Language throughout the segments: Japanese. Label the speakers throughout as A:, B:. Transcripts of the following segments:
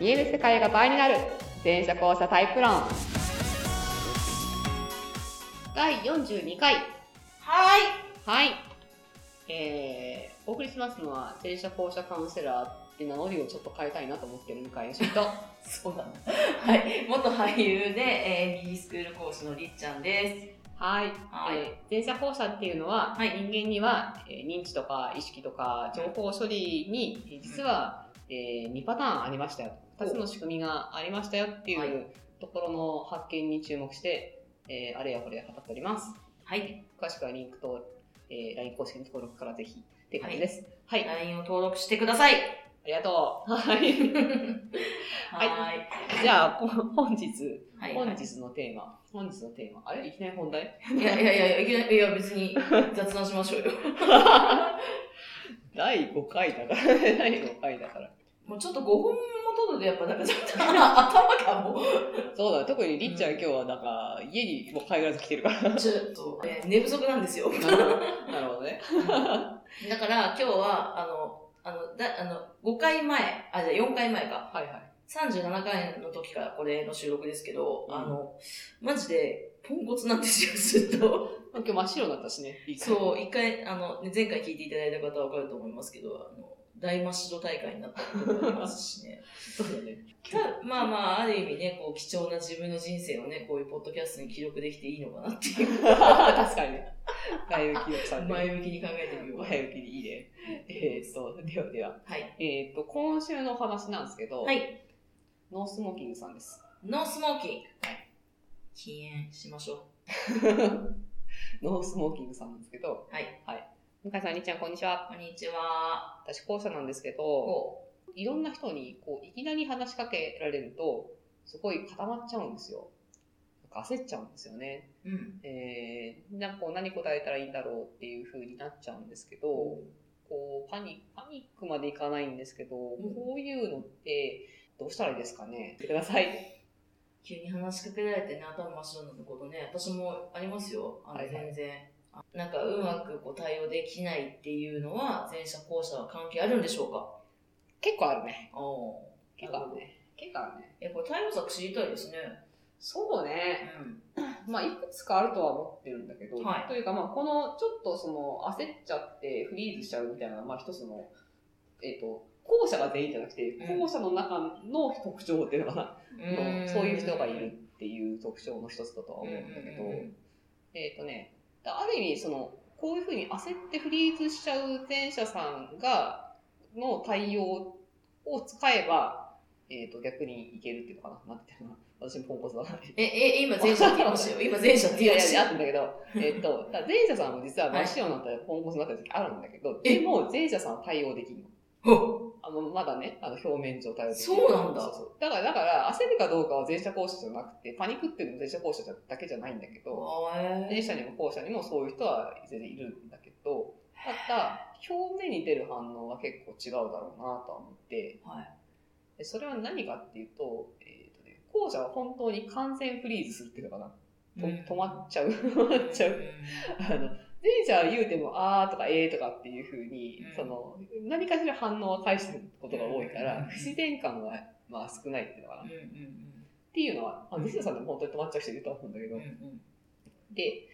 A: 見える世界が倍になる全社交差タイプ論第42回
B: は
A: はいえー、お送りしますのは全社交差カウンセラーって名乗りをちょっと変えたいなと思ってる向井由と
B: ーい。そうだな。はい。元俳優で、えー、ミニスクール講師のりっちゃんです。
A: はい、
B: はい
A: えー前者後者っていうのは、
B: はい
A: 人間には、えー認知とか意識とか情報処理に、えー実は、え2パターンありましたよ2つの仕組みがありましたよっていう、
B: はい
A: ところの発見に注目して、えーあれやこれや語っております
B: はい。
A: 詳しくはリンクと、えー LINE 公式の登録からぜひって感じですはい、
B: LINE を登録してください。
A: ありがとう はい
B: はい。はい。
A: じゃあこ本日
B: はい
A: 本日のテーマ本日のテーマあれいきなり本題
B: いやいやいやいや、いや、別に雑談しましょうよ。
A: 第5回だから ね第5回だから
B: もうちょっと5本も取るとやっぱなんかちょっと頭がもう、
A: そうだね特にりっちゃん今日はなんか家にもう帰らず来てるからなる
B: ちょっと、えー寝不足なんですよ。
A: ほどなるほどね
B: だから今日は、あの、あの、だあの5回前、あ、じゃあ4回前か。
A: はいはい
B: 37回の時からこれの収録ですけど、
A: うん
B: あの、マジで、ポンコツなんですよ、ずっと。
A: 今日真っ白になったしねう
B: そう、一回、あの、ね前回聞いていただいた方はわかると思いますけど、あの、大真っ白大会になったこともありま すしね。
A: そうだね
B: たまあまあ、ある意味ね、こう、貴重な自分の人生をね、こういうポッドキャストに記録できていいのかなっていう、
A: 確かにね前向きをさんで
B: 前向きに考えてみようかな。
A: 前向きでいいねえーっとではでは
B: はい。
A: えーっと今週のお話なんですけど、
B: はい。
A: ノースモーキングさんです
B: ノースモーキング。禁煙しましょ
A: ノースモーキングさんなんですけど
B: はい、
A: はい、向井さんりっちゃんこんにちは
B: う。こんにちは。
A: 私校舎なんですけど
B: こ
A: いろんな人にこういきなり話しかけられると、すごい固まっちゃうんですよ。なんか焦っちゃうんですよね。
B: う。うん。
A: えー、なんかこう何答えたらいいんだろうっていう風になっちゃうんですけど、こうパニパニックまでいかないんですけど、
B: ん
A: こういうのってどうしたらいいですかね 言ってください。
B: 急に話しかけられてね、頭真っ白になったことね、私もありますよ。あの、
A: はいはい
B: 全然。あなんか、うまくこう対応できないっていうのは、前者後者は関係あるんでしょうか
A: 結構あるね。
B: ああ。
A: 結構あるね。結構あるね。
B: え、これ対応策知りたいですね。
A: そうね。まあ、いくつかあるとは思ってるんだけど、
B: はい
A: というか、まあ、このちょっとその焦っちゃってフリーズしちゃうみたいなのは、まあ、一つの、えっ、と、後者が全員じゃなくて、
B: うん
A: 後者の中の特徴っていうのかな、
B: う
A: のそういう人がいるっていう特徴の一つだとは思うんだけど、
B: うんうんうん
A: えっ、とね、だある意味、その、こういうふうに焦ってフリーズしちゃう前者さんが、の対応を使えば、えっ、と、逆にいけるっていうのかな、なんていうのかな。私もポンコツだな。
B: え、え、今前者って言いましたよ。今前者って
A: い
B: 言い
A: や
B: ま
A: い
B: し
A: や、あ
B: た
A: っ た
B: よ。
A: んだけ ど、えっと、だから前者さんも実は真っ白になったり、ポンコツになった時あるんだけど、でも前者さんは対応できるの。
B: ほ
A: あの、まだね、あの、表面上対応できる。
B: そうなんだ
A: そうそうだから、だから、焦るかどうかは前者後者じゃなくて、パニックっていうのも前者後者じゃだけじゃないんだけど、
B: あーえ
A: 前者にも後者にもそういう人は全然いるんだけど、ただ、表面に出る反応は結構違うだろうなとは思って、
B: ーはい。
A: でそれは何かっていうと、えっ、とね、後者は本当に完全フリーズするっていうのかな。と止まっちゃう。 止まっちゃう。あの、前者は言うても、あーとかえーとかっていうふうに、
B: うん
A: その、何かしら反応は返してることが多いか
B: うん
A: ら、不自然感は、まあ少ないっていうのかな。
B: う
A: っ
B: んうんうん
A: ていうのは、まあ、西野さんでも本当に止まっちゃう人いると思うんだけ
B: う
A: ど
B: ん。うん
A: で、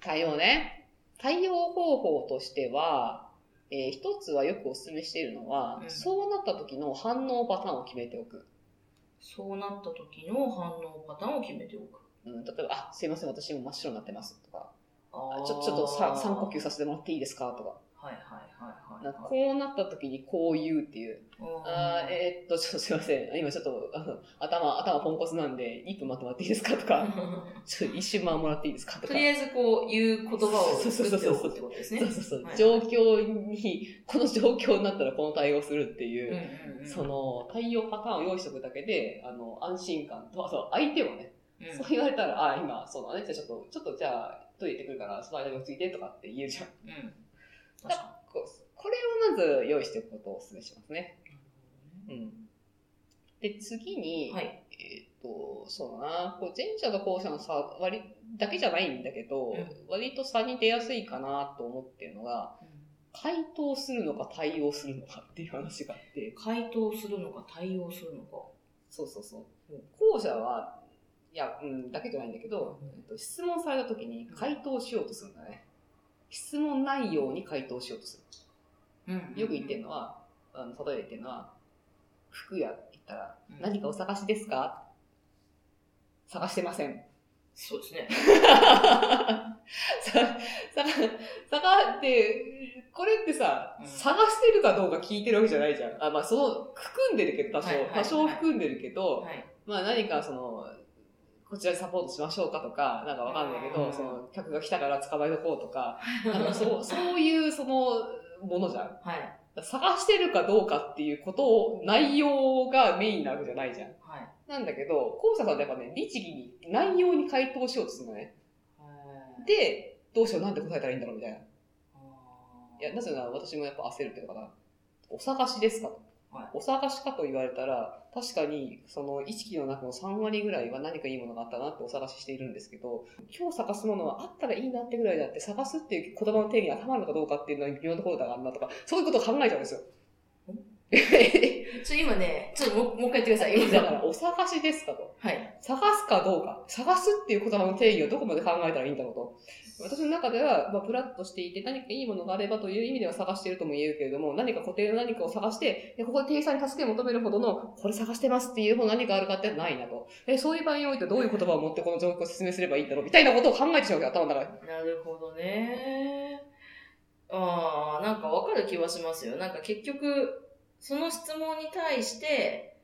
A: 対応ね。対応方法としては、えー一つはよくお勧めしているのは、
B: うん
A: そうなった時の反応パターンを決めておく。
B: そうなった時の反応パターンを決めておく。
A: うん、例えば、あ、すいません、私も真っ白になってますとか、
B: あ
A: あ
B: ー
A: ちょちょっと 3, 三呼吸させてもらっていいですかとか、
B: はいはいはいはい。
A: なんかこうなった時にこう言うっていう、あ
B: あ
A: ー
B: え
A: えーっと、ちょ っとすいません。今ちょっと、あの、頭、頭ポンコツなんで、1分待ってもらっていいですかとか、ちょっと一瞬間もらっていいですかと
B: と
A: か。
B: りあえずこういう言葉を
A: そうそうそ
B: 作
A: う
B: って
A: そう
B: おくってことですね。
A: そうそうそう、
B: はい
A: 状況に、この状況になったらこの対応するっていうう、
B: んうんうん
A: その、対応パターンを用意しておくだけで、あの、安心感と、あと相手もね、
B: うん
A: そう言われたら、あー、今、そうだね、じゃあちょっと、ちょっとじゃあ、トイレ行ってくるから、その間に落ち着いてとかって言えるじゃん。
B: うん確か
A: こうこれをまず用意しておくことをお勧めしますね。うん。で、次に、
B: にはい。
A: えっ、と、そうだな、こう前者と後者の差割だけじゃないんだけど、
B: うん
A: 割と差に出やすいかなと思ってるのが、回答するのか対応するのかっていう話があって、
B: 回答するのか対応するのか。
A: そうそうそう。後者は、いや、うん、だけじゃないんだけど、えっと質問された時に回答しようとするんだね。質問ないように回答しようとする。
B: うん
A: よく言ってるのは、あの、例えば言ってるのは、服屋って言ったら、
B: うん
A: 何かお探しですか探してません。
B: そうですね。
A: さ、さ、探って、これってさ、
B: うん
A: 探してるかどうか聞いてるわけじゃないじゃん。あ、まあその、含んでるけど、多少、
B: はいはいはい
A: 多少含んでるけど、
B: はい。
A: まあ何かその、こちらでサポートしましょうかとか、なんかわかんないけど、
B: うん
A: その、客が来たから捕まえとこうと か、なんかそう、そういうその、ものじゃん。
B: はい。
A: 探してるかどうかっていうことを、内容がメインなわけじゃないじゃん。
B: はい。
A: なんだけど、校舎さんってやっぱね、律儀に内容に回答しようとするのね。
B: はい、
A: で、どうしよう、なんて答えたらいいんだろうみたいな。い
B: い
A: や、なぜなら私もやっぱ焦るっていうのかな。お探しですかと。
B: はい
A: お探しかと言われたら、確かに、その、意識の中の3割ぐらいは何かいいものがあったなってお探ししているんですけど、今日探すものはあったらいいなってぐらいだって、探すっていう言葉の定義に当たまるのかどうかっていうのは微妙なところだからなとか、そういうことを考えちゃうんですよ。
B: ちょ、今ね、ちょっともうもう一回言ってください。今
A: だから、お探しですかと。
B: はい。
A: 探すかどうか。探すっていう言葉の定義をどこまで考えたらいいんだろうと。私の中では、まあ、プラッとしていて、何かいいものがあればという意味では探しているとも言えるけれども、何か固定の何かを探して、でここで店員さんに助けを求めるほどの、これ探してますっていうもの何かあるかってないなと。え、そういう場合においてどういう言葉を持ってこの状況を説明すればいいんだろうみたいなことを考えてしまうわけ頭の中で。
B: なるほどね。ああ、なんかわかる気はしますよ。なんか結局、その質問に対して、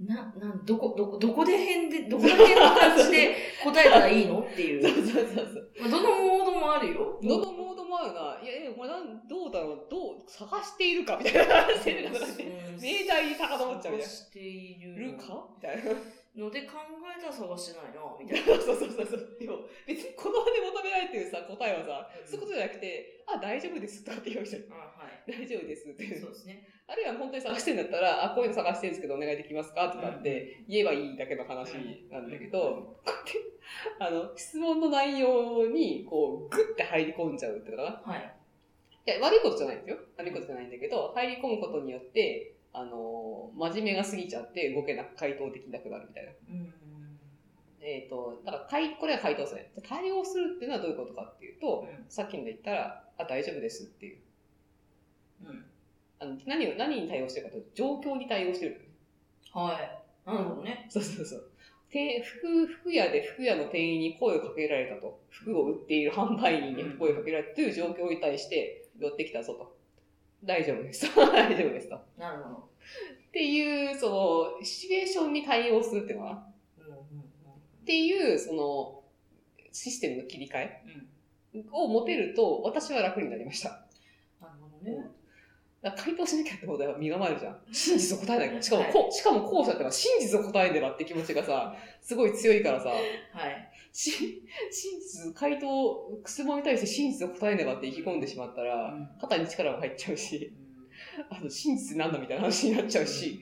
B: な、なん、どこ、どこ、どこで変で、どこで変な感じで答えたらいいのってい う。
A: そうそうそう。
B: まあ、どのモードもあ るよ。
A: どのモードもあるな。いや、え、お前なん、どうだろうどう、探しているかみたいな話になるからね
B: うん
A: 命題に遡っちゃうみたいな
B: 探してい
A: い
B: る
A: るかみたいな。
B: ので考えたら探してないな、みたいな。
A: そうそうそうそう。でも、別にこの場で求められてるさ、答えはさ、
B: うん
A: そういうことじゃなくて、あ、大丈夫ですとかって言うじゃん。
B: あはい。
A: 大丈夫ですっていう
B: そうですね。
A: あるいは本当に探してんだったら、あ、こういうの探してるんですけどお願いできますかとかって言えばいいだけの話なんだけど、こうやって、 あの、質問の内容に、こう、グッて入り込んじゃうっていうのかな。
B: はい。
A: いや、悪いことじゃないんですよ。悪いことじゃないんだけど、入り込むことによって、あの、真面目が過ぎちゃって動けなく、回答できなくなるみたいな。
B: うん。
A: えっ、と、だから対、これは回答する。対応するっていうのはどういうことかっていうと、
B: う
A: さっきので言ったら、あ、大丈夫ですっていう。
B: ん。うん。
A: あの何を、何に対応してるかというと、状況に対応してる。
B: はい。なるほどね。
A: そうそうそう。て服、服屋で服屋の店員に声をかけられたと。服を売っている販売員に声をかけられたという状況に対して、寄ってきたぞと。大丈夫です。 大丈夫ですと。っ
B: なるほど。
A: ていう、その、シチュエーションに対応するっていうのかな。っ
B: うんうん
A: ていう、その、システムの切り替え
B: うん。うん。
A: を持てると、私は楽になりました。
B: なるほどね。
A: だから回答しなきゃってことは身構えるじゃん。真実を答えなきゃ。しかも、
B: はい
A: こうしかも後者ってのは真実を答えねばって気持ちがさ、すごい強いからさ、
B: はい。
A: し真実、回答、質問に対して真実を答えねばって意気込んでしまった
B: う
A: ら、
B: ん
A: 肩に力が入っちゃうし、あの、真実なんだみたいな話になっちゃうし。。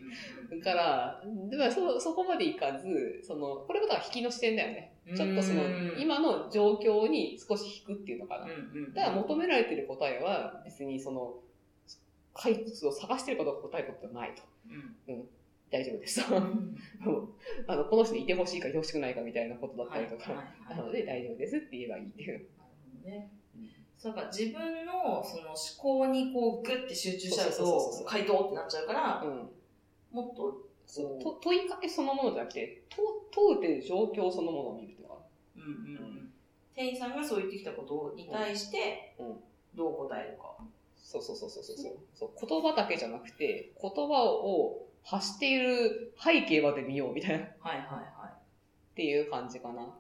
A: だから、でもそ、そこまでいかず、その、これもだから引きの視点だよね。
B: うん
A: ちょっとその、今の状況に少し引くっていうのかな
B: うん。うん。
A: だから求められてる答えは別にその解決を探してるかどうか答えることはないと。
B: うん
A: 大丈夫です。
B: う
A: も
B: ん。
A: うあのこの人にいてほしいかいてほしくないかみたいなことだった
B: はい。
A: り
B: はい
A: とか、
B: は
A: な
B: い。
A: ので大丈夫ですって言えばいいっていう。
B: なるほどね。そうか、自分のその思考にこうグッて集中しちゃ
A: そ
B: う
A: うそうそうそ
B: と
A: う、
B: 回答ってなっちゃうから
A: う、ん、
B: もっと、
A: そうと問いかけそのものじゃなくてと問うてる状況そのものを見るとか。
B: うんうんうん。店員さんがそう言ってきたことに対して
A: うんうん、
B: どう答えるか。
A: そうそうそうそうそうそう言葉だけじゃなくて言葉を発している背景まで見ようみたいなっ
B: はいはいはい。
A: ていう感じかな。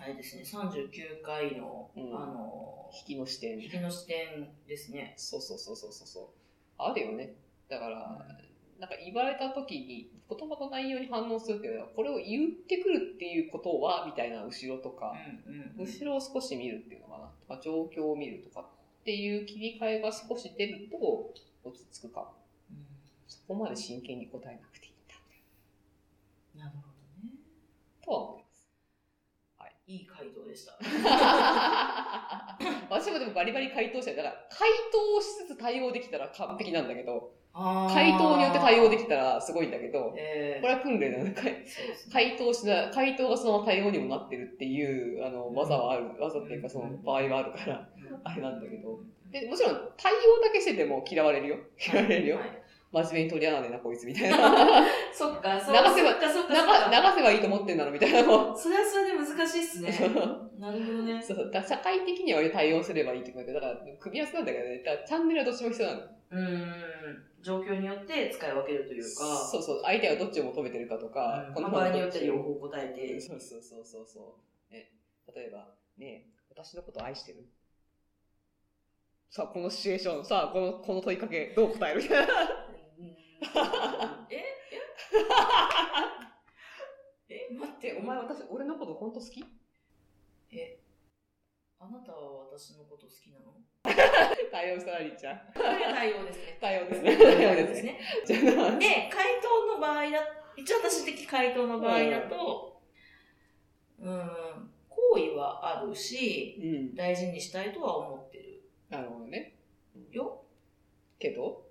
B: あれですね、39回の、
A: うん
B: あの、
A: 引きの視点。
B: 引きの視点ですね。
A: そうそうそうそうそうそう。あるよね。だから、なんか言われた時に言葉の内容に反応するけど、これを言ってくるっていうことは、みたいな後ろとか、
B: うんうんうん。
A: 後ろを少し見るっていうのかな。とか状況を見るとかっていう切り替えが少し出ると落ち着くかも。
B: うん
A: そこまで真剣に答えなくていいんだ。
B: なるほどね。
A: とは思います。はい。
B: いい回答でした。
A: 私もでもバリバリ回答者でだから、回答をしつつ対応できたら完璧なんだけど、回答によって対応で
B: き
A: きたらすごいんだけど、
B: え
A: これは訓練なのかい
B: ーそうですね
A: 回答しな、回答がそのまま対応にもなってるっていう、あの、技はある、技っていうかその場合はあるから、あれなんだけど。で、もちろん対応だけしてても嫌われるよ。嫌われるよ。
B: はい
A: 真面目に取り合わねえな、こいつみたい な。
B: そっか、そ
A: 流せ
B: う
A: ば
B: そっか、そっ
A: 流
B: か、そっか。
A: 流せばいいと思ってんだろ、みたいなの。
B: それはそれで難しいっすね。なるほどね。
A: そうそうだから社会的には俺対応すればいいってことだから、組み合わせなんだけどね。だからチャンネルはどっちも必要なの。
B: うーん。状況によって使い分けるというか、
A: そうそう、相手がどっちを求めてるかとか、
B: うん
A: この
B: まあ場合によ
A: ど
B: っ
A: ち
B: て両方答えて、
A: そうそうそうそうそう、ね。例えば、ねえ私のこと愛してるさあ、このシチュエーション、さあ、この、この問いかけ、どう答えるみたいな。
B: うんえ ええ待って、お前は、
A: 私、俺のこと本当好き
B: あなたは私のこと好きなの
A: 対応したらりーちゃん。
B: これが対応ですね。
A: 対応ですね。対応ですね。
B: ね。
A: じゃあな、
B: で、回答の場合だ、一応私的回答の場合だと、うん、好意はあるし、
A: うん。
B: 大事にしたいとは思ってる
A: なるほどね。
B: よ。
A: けど、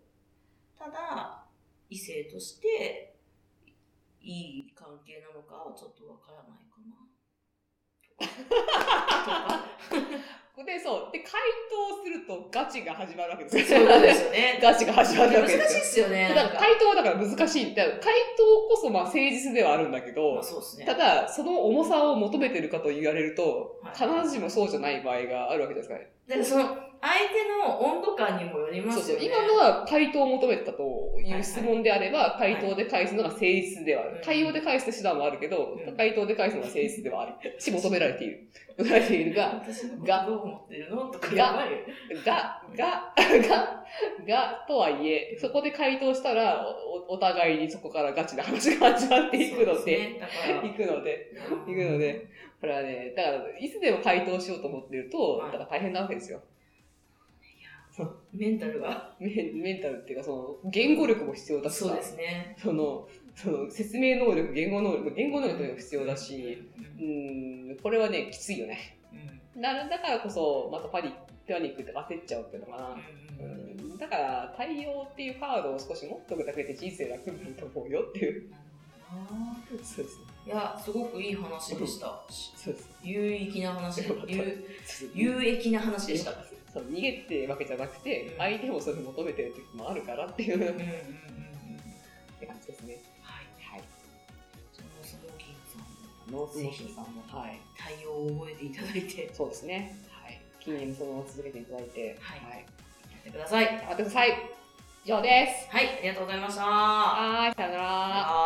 B: ただ、異性として、いい関係なのかはちょっとわからないかな。
A: で、そう。で、回答するとガチが始まるわけですよ。
B: そうなんですよね。
A: ガチが始まるわけ
B: 難しい
A: で
B: っ
A: すよ。
B: すよね。
A: だから回答はだから難しい。だから回答こそまあ誠実ではあるんだけ
B: ま
A: ど
B: あ、そうですね。
A: ただ、その重さを求めてるかと言われると、
B: はい
A: 必ずしもそうじゃない場合があるわけですからね。
B: でその、相手の温度感にもよりま
A: そう
B: す
A: そ
B: よ
A: う。
B: ね。
A: 今のは回答を求めてたという質問であれば、回答で返すのが誠実ではあ
B: は
A: る
B: い。
A: 対応で返す手段もあるけど
B: うん、
A: 回答で返すのが誠実ではあ り、し求められている。 求められているが、
B: 私の
A: が
B: がどう思ってるのとか
A: が
B: やばいよ。
A: が、が、が、が、とはいえ、そこで回答したら、おお互いにそこからガチな話が始まっていくの
B: そうす
A: で、
B: ね、だ か
A: いくので、
B: ら。
A: いくので。これはね、だから、いつでも回答しようと思ってると、
B: はい
A: だから大変なわけですよ。
B: メンタルが。
A: メンメンタルっていうか、その、言語力も必要だしさ
B: そうですね。
A: その、その、説明能力、言語能力、言語能力というのも必要だし、う、
B: うん
A: これはね、きついよね。
B: ん。うん
A: なる、だからこそ、またパニック、パニックって焦っちゃうっていうのかな。う
B: うんうん
A: ん、だから、対応っていうカードを少し持っとくだけで人生楽になると思うよっていう。
B: なるほどな
A: そうです。
B: いや、すごくいい話でした。
A: そうです。
B: 有益な話
A: よかった
B: 有、
A: そうです
B: 有益な話でした。
A: そう逃げてわけじゃなくて、
B: うん
A: 相手もそれ求めてる時もあるからっていう
B: うんうんうんうん。
A: って感じですね。
B: はい。
A: はい。
B: そのその銀さんも
A: ノース
B: ぜ
A: モ
B: ひ
A: ーさんも。はい。
B: 対応を覚えていただいて、や
A: そうですね。はい。近年もそのまま続けていただいて。
B: はい
A: はい。
B: ってください。
A: 頑張ってください。以上です。
B: はい、ありがとうございました。
A: はーい。さよなら。
B: はーい。